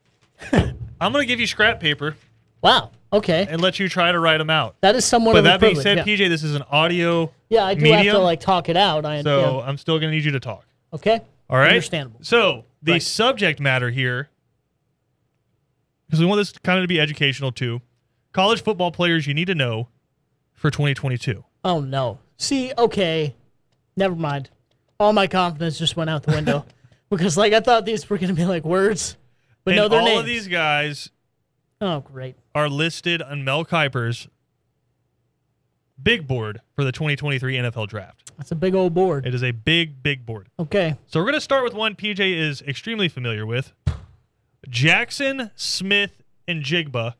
[SPEAKER 1] I'm going to give you scrap paper
[SPEAKER 2] wow. Okay,
[SPEAKER 1] and let you try to write them out.
[SPEAKER 2] that is somewhat
[SPEAKER 1] But
[SPEAKER 2] of a
[SPEAKER 1] that being
[SPEAKER 2] privilege,
[SPEAKER 1] said,
[SPEAKER 2] Oh, yeah.
[SPEAKER 1] PJ, this is an audio
[SPEAKER 2] yeah, I do have to
[SPEAKER 1] medium,
[SPEAKER 2] like talk it out. I
[SPEAKER 1] so
[SPEAKER 2] yeah.
[SPEAKER 1] I'm still going to need you to talk.
[SPEAKER 2] okay.
[SPEAKER 1] All right.
[SPEAKER 2] understandable.
[SPEAKER 1] So the
[SPEAKER 2] Right.
[SPEAKER 1] subject matter here, because we want this kind of to be educational too. College football players you need to know for 2022.
[SPEAKER 2] Oh no. See, okay. Never mind. All my confidence just went out the window because like I thought these were gonna be like words, but
[SPEAKER 1] and
[SPEAKER 2] no, they're
[SPEAKER 1] all
[SPEAKER 2] names.
[SPEAKER 1] of these guys
[SPEAKER 2] oh great.
[SPEAKER 1] are listed on Mel Kiper's big board for the 2023 NFL Draft.
[SPEAKER 2] That's a big old board.
[SPEAKER 1] It is a big, big board.
[SPEAKER 2] Okay.
[SPEAKER 1] So we're going to start with one PJ is extremely familiar with Jackson, Smith, and Jigba.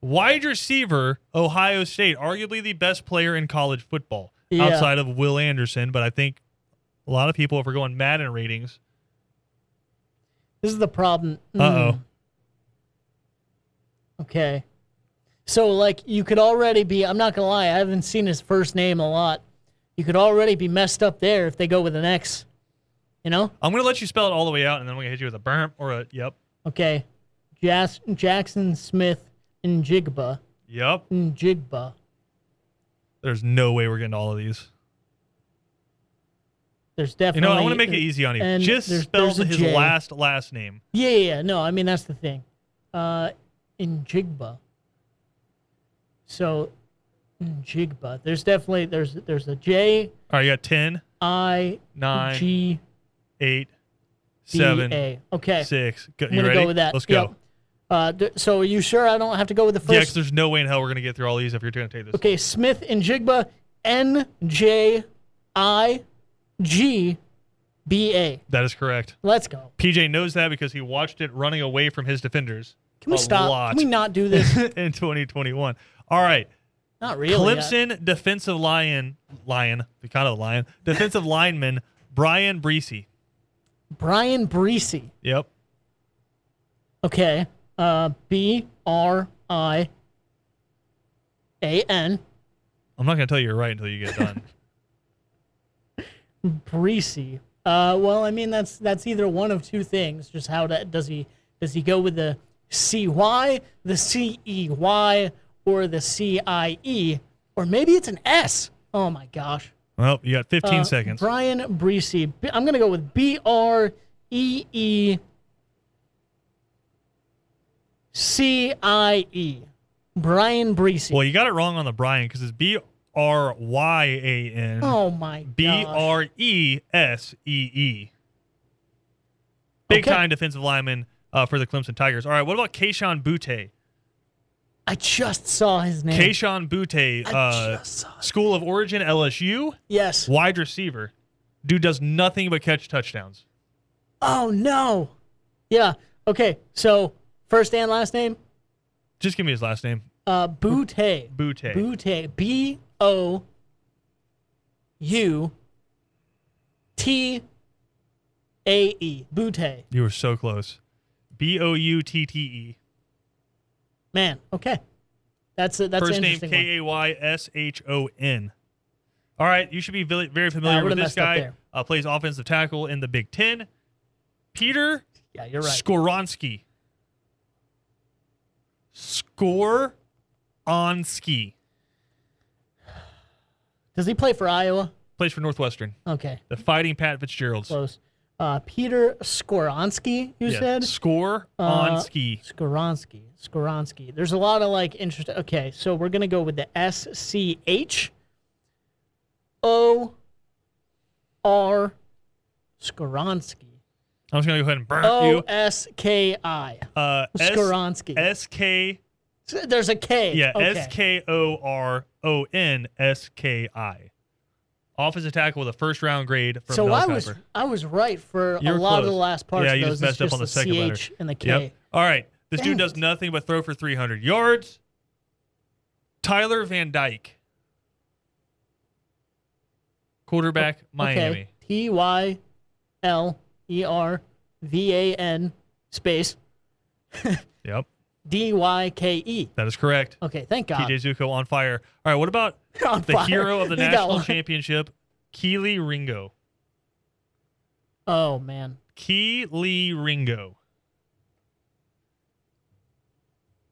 [SPEAKER 1] Wide receiver, Ohio State, arguably the best player in college football
[SPEAKER 2] Yeah.
[SPEAKER 1] outside of Will Anderson. But I think a lot of people, if we're going Madden ratings,
[SPEAKER 2] This is the problem. Mm.
[SPEAKER 1] uh oh.
[SPEAKER 2] Okay. So like you could already be I'm not gonna lie, I haven't seen his first name a lot. You could already be messed up there if they go with an X. You know?
[SPEAKER 1] I'm going to let you spell it all the way out, and then I'm going to hit you with a burp or a yep.
[SPEAKER 2] Okay. Jas- Jackson Smith and Jigba.
[SPEAKER 1] Yep.
[SPEAKER 2] And Jigba.
[SPEAKER 1] There's no way we're getting all of these.
[SPEAKER 2] There's
[SPEAKER 1] You
[SPEAKER 2] definitely
[SPEAKER 1] know, I want to make it easy on you.
[SPEAKER 2] and
[SPEAKER 1] Just
[SPEAKER 2] there's-
[SPEAKER 1] spell
[SPEAKER 2] there's a
[SPEAKER 1] his
[SPEAKER 2] J.
[SPEAKER 1] last last name.
[SPEAKER 2] Yeah, yeah, yeah. No, I mean that's the thing. Uh, in Jigba. So, in Jigba. There's definitely there's there's a J
[SPEAKER 1] All right, you got 10,
[SPEAKER 2] I
[SPEAKER 1] 9,
[SPEAKER 2] G
[SPEAKER 1] 8,
[SPEAKER 2] B
[SPEAKER 1] 7,
[SPEAKER 2] A. Okay,
[SPEAKER 1] six. Go,
[SPEAKER 2] I'm
[SPEAKER 1] you
[SPEAKER 2] gonna
[SPEAKER 1] ready?
[SPEAKER 2] go with that.
[SPEAKER 1] Let's go.
[SPEAKER 2] Yep. Uh, d- so are you sure I don't have to go with the
[SPEAKER 1] Yeah, 'cause
[SPEAKER 2] first?
[SPEAKER 1] there's no way in hell we're gonna get through all these if you're gonna take this.
[SPEAKER 2] okay, Smith and Jigba. N J I G B A.
[SPEAKER 1] That is correct.
[SPEAKER 2] Let's go.
[SPEAKER 1] PJ knows that because he watched it running away from his defenders.
[SPEAKER 2] Can
[SPEAKER 1] a
[SPEAKER 2] we stop?
[SPEAKER 1] Lot
[SPEAKER 2] Can we not do this?
[SPEAKER 1] in 2021. All right,
[SPEAKER 2] not really. I-
[SPEAKER 1] Clemson defensive lion, lion, the kind of lion, defensive lineman Brian Breesy.
[SPEAKER 2] Brian Breesy.
[SPEAKER 1] Yep.
[SPEAKER 2] Okay. Uh, B R I A N
[SPEAKER 1] I'm not gonna tell you you're right until you get done.
[SPEAKER 2] Breesy. Uh, well, I mean that's that's either one of two things. Just how that does he does he go with the C Y, the C E Y, or the C I E, or maybe it's an S. Oh my gosh.
[SPEAKER 1] well, you got 15
[SPEAKER 2] Uh,
[SPEAKER 1] seconds.
[SPEAKER 2] Brian Breesy. B- I'm gonna go with B R E E C I E. Brian Breesy.
[SPEAKER 1] well, you got it wrong on the Brian because it's B R Y A N
[SPEAKER 2] Oh my
[SPEAKER 1] B
[SPEAKER 2] gosh.
[SPEAKER 1] R E S E E. Big
[SPEAKER 2] Okay.
[SPEAKER 1] time defensive lineman uh, for the Clemson Tigers. All right, what about Kayshawn Butte?
[SPEAKER 2] I just saw his name.
[SPEAKER 1] Kayshawn Butte,
[SPEAKER 2] I
[SPEAKER 1] uh,
[SPEAKER 2] just saw.
[SPEAKER 1] school of origin, LSU,
[SPEAKER 2] Yes.
[SPEAKER 1] wide receiver. Dude does nothing but catch touchdowns.
[SPEAKER 2] Oh no. Yeah. Okay. So first and last name,
[SPEAKER 1] Just give me his last name,
[SPEAKER 2] uh, Butte.
[SPEAKER 1] Butte.
[SPEAKER 2] Butte. B O U T A E. Butte.
[SPEAKER 1] you were so close. B O U T T E.
[SPEAKER 2] Man. Okay. That's a, that's
[SPEAKER 1] First
[SPEAKER 2] an
[SPEAKER 1] name
[SPEAKER 2] interesting one.
[SPEAKER 1] K A Y S H O N. All right, you should be vil- very familiar with
[SPEAKER 2] would've
[SPEAKER 1] this
[SPEAKER 2] messed up
[SPEAKER 1] guy.
[SPEAKER 2] there.
[SPEAKER 1] Uh, plays offensive tackle in the Big Ten. Peter
[SPEAKER 2] Yeah, you're right.
[SPEAKER 1] Skoronsky. Score on ski.
[SPEAKER 2] Does he play for Iowa?
[SPEAKER 1] Plays for Northwestern.
[SPEAKER 2] Okay.
[SPEAKER 1] The fighting Pat Fitzgeralds.
[SPEAKER 2] Close. Uh, Peter Skoronsky. You
[SPEAKER 1] Yeah,
[SPEAKER 2] said.
[SPEAKER 1] Score
[SPEAKER 2] Uh,
[SPEAKER 1] on ski.
[SPEAKER 2] Skoronsky. Skoronsky. There's a lot of like interesting. Okay, so we're gonna go with the S C H O R Skoronsky.
[SPEAKER 1] I'm just gonna go ahead and burn
[SPEAKER 2] O
[SPEAKER 1] you.
[SPEAKER 2] S K I.
[SPEAKER 1] Uh, S-
[SPEAKER 2] oh, Skoronsky.
[SPEAKER 1] S K
[SPEAKER 2] There's a K.
[SPEAKER 1] yeah
[SPEAKER 2] Okay.
[SPEAKER 1] S K O R O N S K I. Offensive tackle with a first round grade from
[SPEAKER 2] So
[SPEAKER 1] Mel
[SPEAKER 2] I
[SPEAKER 1] Kiper.
[SPEAKER 2] was I was was right for
[SPEAKER 1] You
[SPEAKER 2] a
[SPEAKER 1] were
[SPEAKER 2] lot of
[SPEAKER 1] close.
[SPEAKER 2] the last parts.
[SPEAKER 1] Yeah,
[SPEAKER 2] of
[SPEAKER 1] you
[SPEAKER 2] those.
[SPEAKER 1] just
[SPEAKER 2] It's
[SPEAKER 1] messed up on the
[SPEAKER 2] just
[SPEAKER 1] second letter.
[SPEAKER 2] CH and the K.
[SPEAKER 1] Yep. All right. This
[SPEAKER 2] Dang
[SPEAKER 1] dude does
[SPEAKER 2] it.
[SPEAKER 1] nothing but throw for 300 yards. Tyler Van Dyke, quarterback, Miami.
[SPEAKER 2] Oh, Okay. T Y L E R V A N space
[SPEAKER 1] Yep,
[SPEAKER 2] D Y K E.
[SPEAKER 1] that is correct.
[SPEAKER 2] Okay, thank God.
[SPEAKER 1] TJ Zuko on fire. All right, what about
[SPEAKER 2] On
[SPEAKER 1] the
[SPEAKER 2] fire.
[SPEAKER 1] hero of the
[SPEAKER 2] He got
[SPEAKER 1] national
[SPEAKER 2] one.
[SPEAKER 1] championship, Keely Ringo?
[SPEAKER 2] Oh man,
[SPEAKER 1] Keely Ringo.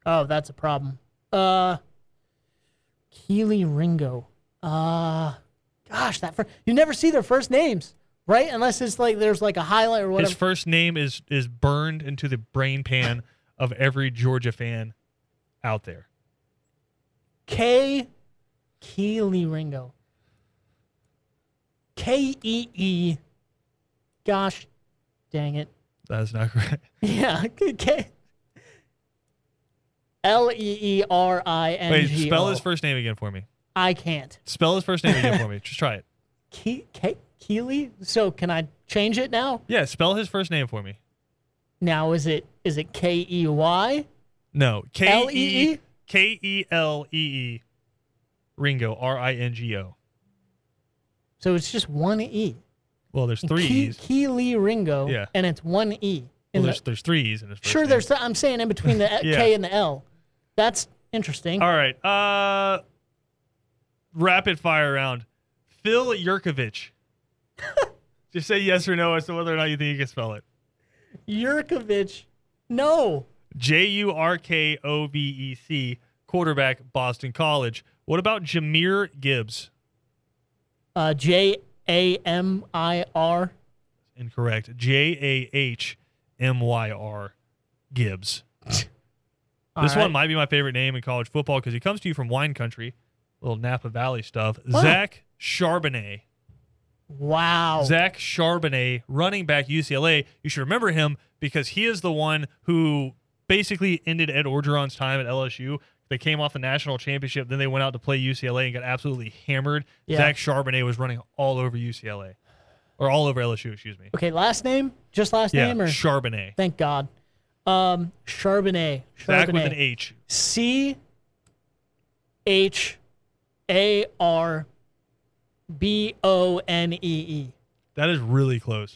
[SPEAKER 2] oh that's a problem. Uh, Keely Ringo. Uh, gosh, that fir- you never see their first names, right? Unless it's like there's like a highlight or whatever.
[SPEAKER 1] His first name is is burned into the brain pan of every Georgia fan out there.
[SPEAKER 2] K. Keely Ringo. K E E. Gosh, dang it.
[SPEAKER 1] That is not correct.
[SPEAKER 2] Yeah. K. L E E R I N G.
[SPEAKER 1] Wait, spell his first name again for me.
[SPEAKER 2] I can't.
[SPEAKER 1] Spell his first name again for me. Just try it.
[SPEAKER 2] Ke- Ke- Keely. So can I change it now?
[SPEAKER 1] Yeah, spell his first name for me.
[SPEAKER 2] Now is it is it K E Y?
[SPEAKER 1] No, K E
[SPEAKER 2] L-E-E?
[SPEAKER 1] K E L E E, Ringo R I N G O.
[SPEAKER 2] So it's just one E.
[SPEAKER 1] Well, there's three
[SPEAKER 2] Ke-
[SPEAKER 1] E's.
[SPEAKER 2] Keely Ringo.
[SPEAKER 1] Yeah.
[SPEAKER 2] And it's one E.
[SPEAKER 1] Well,
[SPEAKER 2] in the-
[SPEAKER 1] there's there's three E's in his first
[SPEAKER 2] sure,
[SPEAKER 1] name.
[SPEAKER 2] there's. I'm saying in between the E,
[SPEAKER 1] Yeah.
[SPEAKER 2] K and the L. That's interesting.
[SPEAKER 1] All right. Uh, rapid fire round. Phil Yurkovich. Just say yes or no as to whether or not you think you can spell it.
[SPEAKER 2] Yurkovich. No.
[SPEAKER 1] J U R K O V E C, quarterback, Boston College. What about Jameer Gibbs?
[SPEAKER 2] Uh, J A M I R.
[SPEAKER 1] Incorrect. J A H M Y R Gibbs.
[SPEAKER 2] All
[SPEAKER 1] this
[SPEAKER 2] right.
[SPEAKER 1] one might be my favorite name in college football because he comes to you from wine country, little Napa Valley stuff.
[SPEAKER 2] Wow.
[SPEAKER 1] Zach Charbonnet.
[SPEAKER 2] Wow.
[SPEAKER 1] Zach Charbonnet, running back UCLA. You should remember him because he is the one who basically ended Ed Orgeron's time at LSU. They came off the national championship, then they went out to play UCLA and got absolutely hammered.
[SPEAKER 2] Yeah.
[SPEAKER 1] Zach Charbonnet was running all over UCLA, or all over LSU, excuse me.
[SPEAKER 2] Okay, last name? Just last
[SPEAKER 1] Yeah,
[SPEAKER 2] name? Or
[SPEAKER 1] Charbonnet.
[SPEAKER 2] thank God. Um, Charbonnet.
[SPEAKER 1] Zach with an E.
[SPEAKER 2] Charbonnet.
[SPEAKER 1] H.
[SPEAKER 2] C H A R B O N E E.
[SPEAKER 1] That is really close.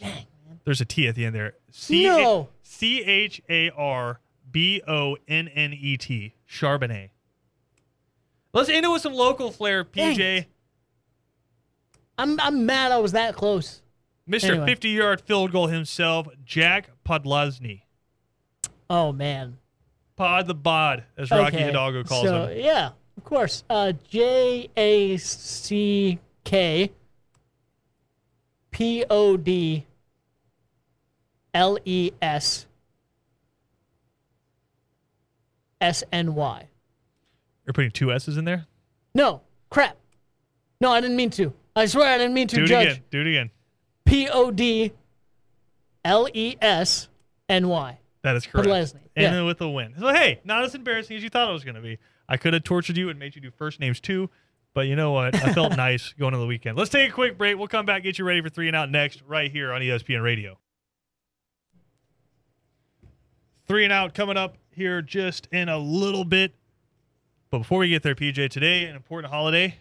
[SPEAKER 1] There's a T at the end there. C
[SPEAKER 2] No.
[SPEAKER 1] C H A R B O N N E T. Charbonnet. Let's end it with some local flair,
[SPEAKER 2] Dang
[SPEAKER 1] PJ.
[SPEAKER 2] it. I'm I'm mad I was that close.
[SPEAKER 1] Mr.
[SPEAKER 2] Anyway.
[SPEAKER 1] 50 yard field goal himself, Jack Podlazny.
[SPEAKER 2] Oh man.
[SPEAKER 1] Pod the bod, as Rocky
[SPEAKER 2] Okay,
[SPEAKER 1] Hidalgo calls
[SPEAKER 2] so,
[SPEAKER 1] him.
[SPEAKER 2] Yeah, of course. Uh, J A C K P O D L E S S N Y.
[SPEAKER 1] You're putting two S's in there?
[SPEAKER 2] No, crap. No, I didn't mean to. I swear I didn't mean to,
[SPEAKER 1] Do it
[SPEAKER 2] Judge.
[SPEAKER 1] again. Do it again.
[SPEAKER 2] P O D L E S N Y.
[SPEAKER 1] That is correct.
[SPEAKER 2] Podlazny,
[SPEAKER 1] And
[SPEAKER 2] yeah.
[SPEAKER 1] then with a win. So, hey, not as embarrassing as you thought it was going to be. I could have tortured you and made you do first names too, but you know what? I felt nice going to the weekend. Let's take a quick break. We'll come back, get you ready for three and out next, right here on E ESPN Radio. Three and out coming up here just in a little bit. But before we get there, PJ, today, an important holiday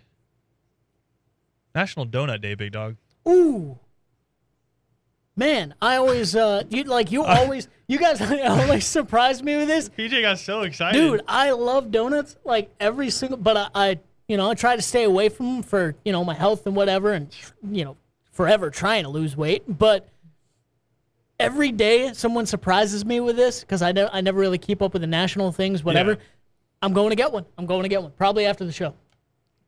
[SPEAKER 1] National Donut Day, big dog.
[SPEAKER 2] Ooh. Man, I always uh you like you always you guys always surprise me with this.
[SPEAKER 1] PJ got so excited.
[SPEAKER 2] Dude, I love donuts like every single but I, I you know, I try to stay away from them for, you know, my health and whatever and you know, forever trying to lose weight, but every day someone surprises me with this cuz I ne- I never really keep up with the national things whatever.
[SPEAKER 1] Yeah.
[SPEAKER 2] I'm going to get one. I'm going to get one probably after the show.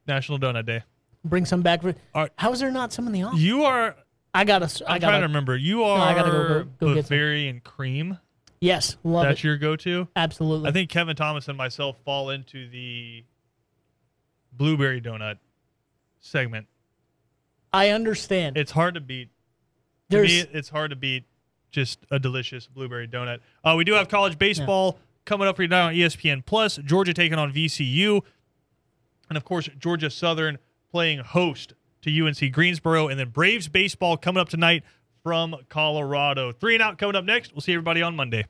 [SPEAKER 1] National Donut Day.
[SPEAKER 2] Bring some back for
[SPEAKER 1] All right.
[SPEAKER 2] How is there not some in the office?
[SPEAKER 1] You are
[SPEAKER 2] I got to I
[SPEAKER 1] I'm trying
[SPEAKER 2] got
[SPEAKER 1] to
[SPEAKER 2] to
[SPEAKER 1] remember. You are
[SPEAKER 2] I gotta go- go- go get some.
[SPEAKER 1] Bavarian cream.
[SPEAKER 2] Yes, love
[SPEAKER 1] That's
[SPEAKER 2] it.
[SPEAKER 1] your go-to.
[SPEAKER 2] Absolutely.
[SPEAKER 1] I think Kevin Thomas and myself fall into the blueberry donut segment.
[SPEAKER 2] I understand.
[SPEAKER 1] It's hard to beat To
[SPEAKER 2] There's
[SPEAKER 1] me, it's hard to beat just a delicious blueberry donut. Uh, we do have college baseball coming up for you now on E ESPN Plus. Georgia taking on VCU, and of course Georgia Southern playing host to UNC Greensboro, and then Braves baseball coming up tonight from Colorado. Three and out coming up next. We'll see everybody on Monday.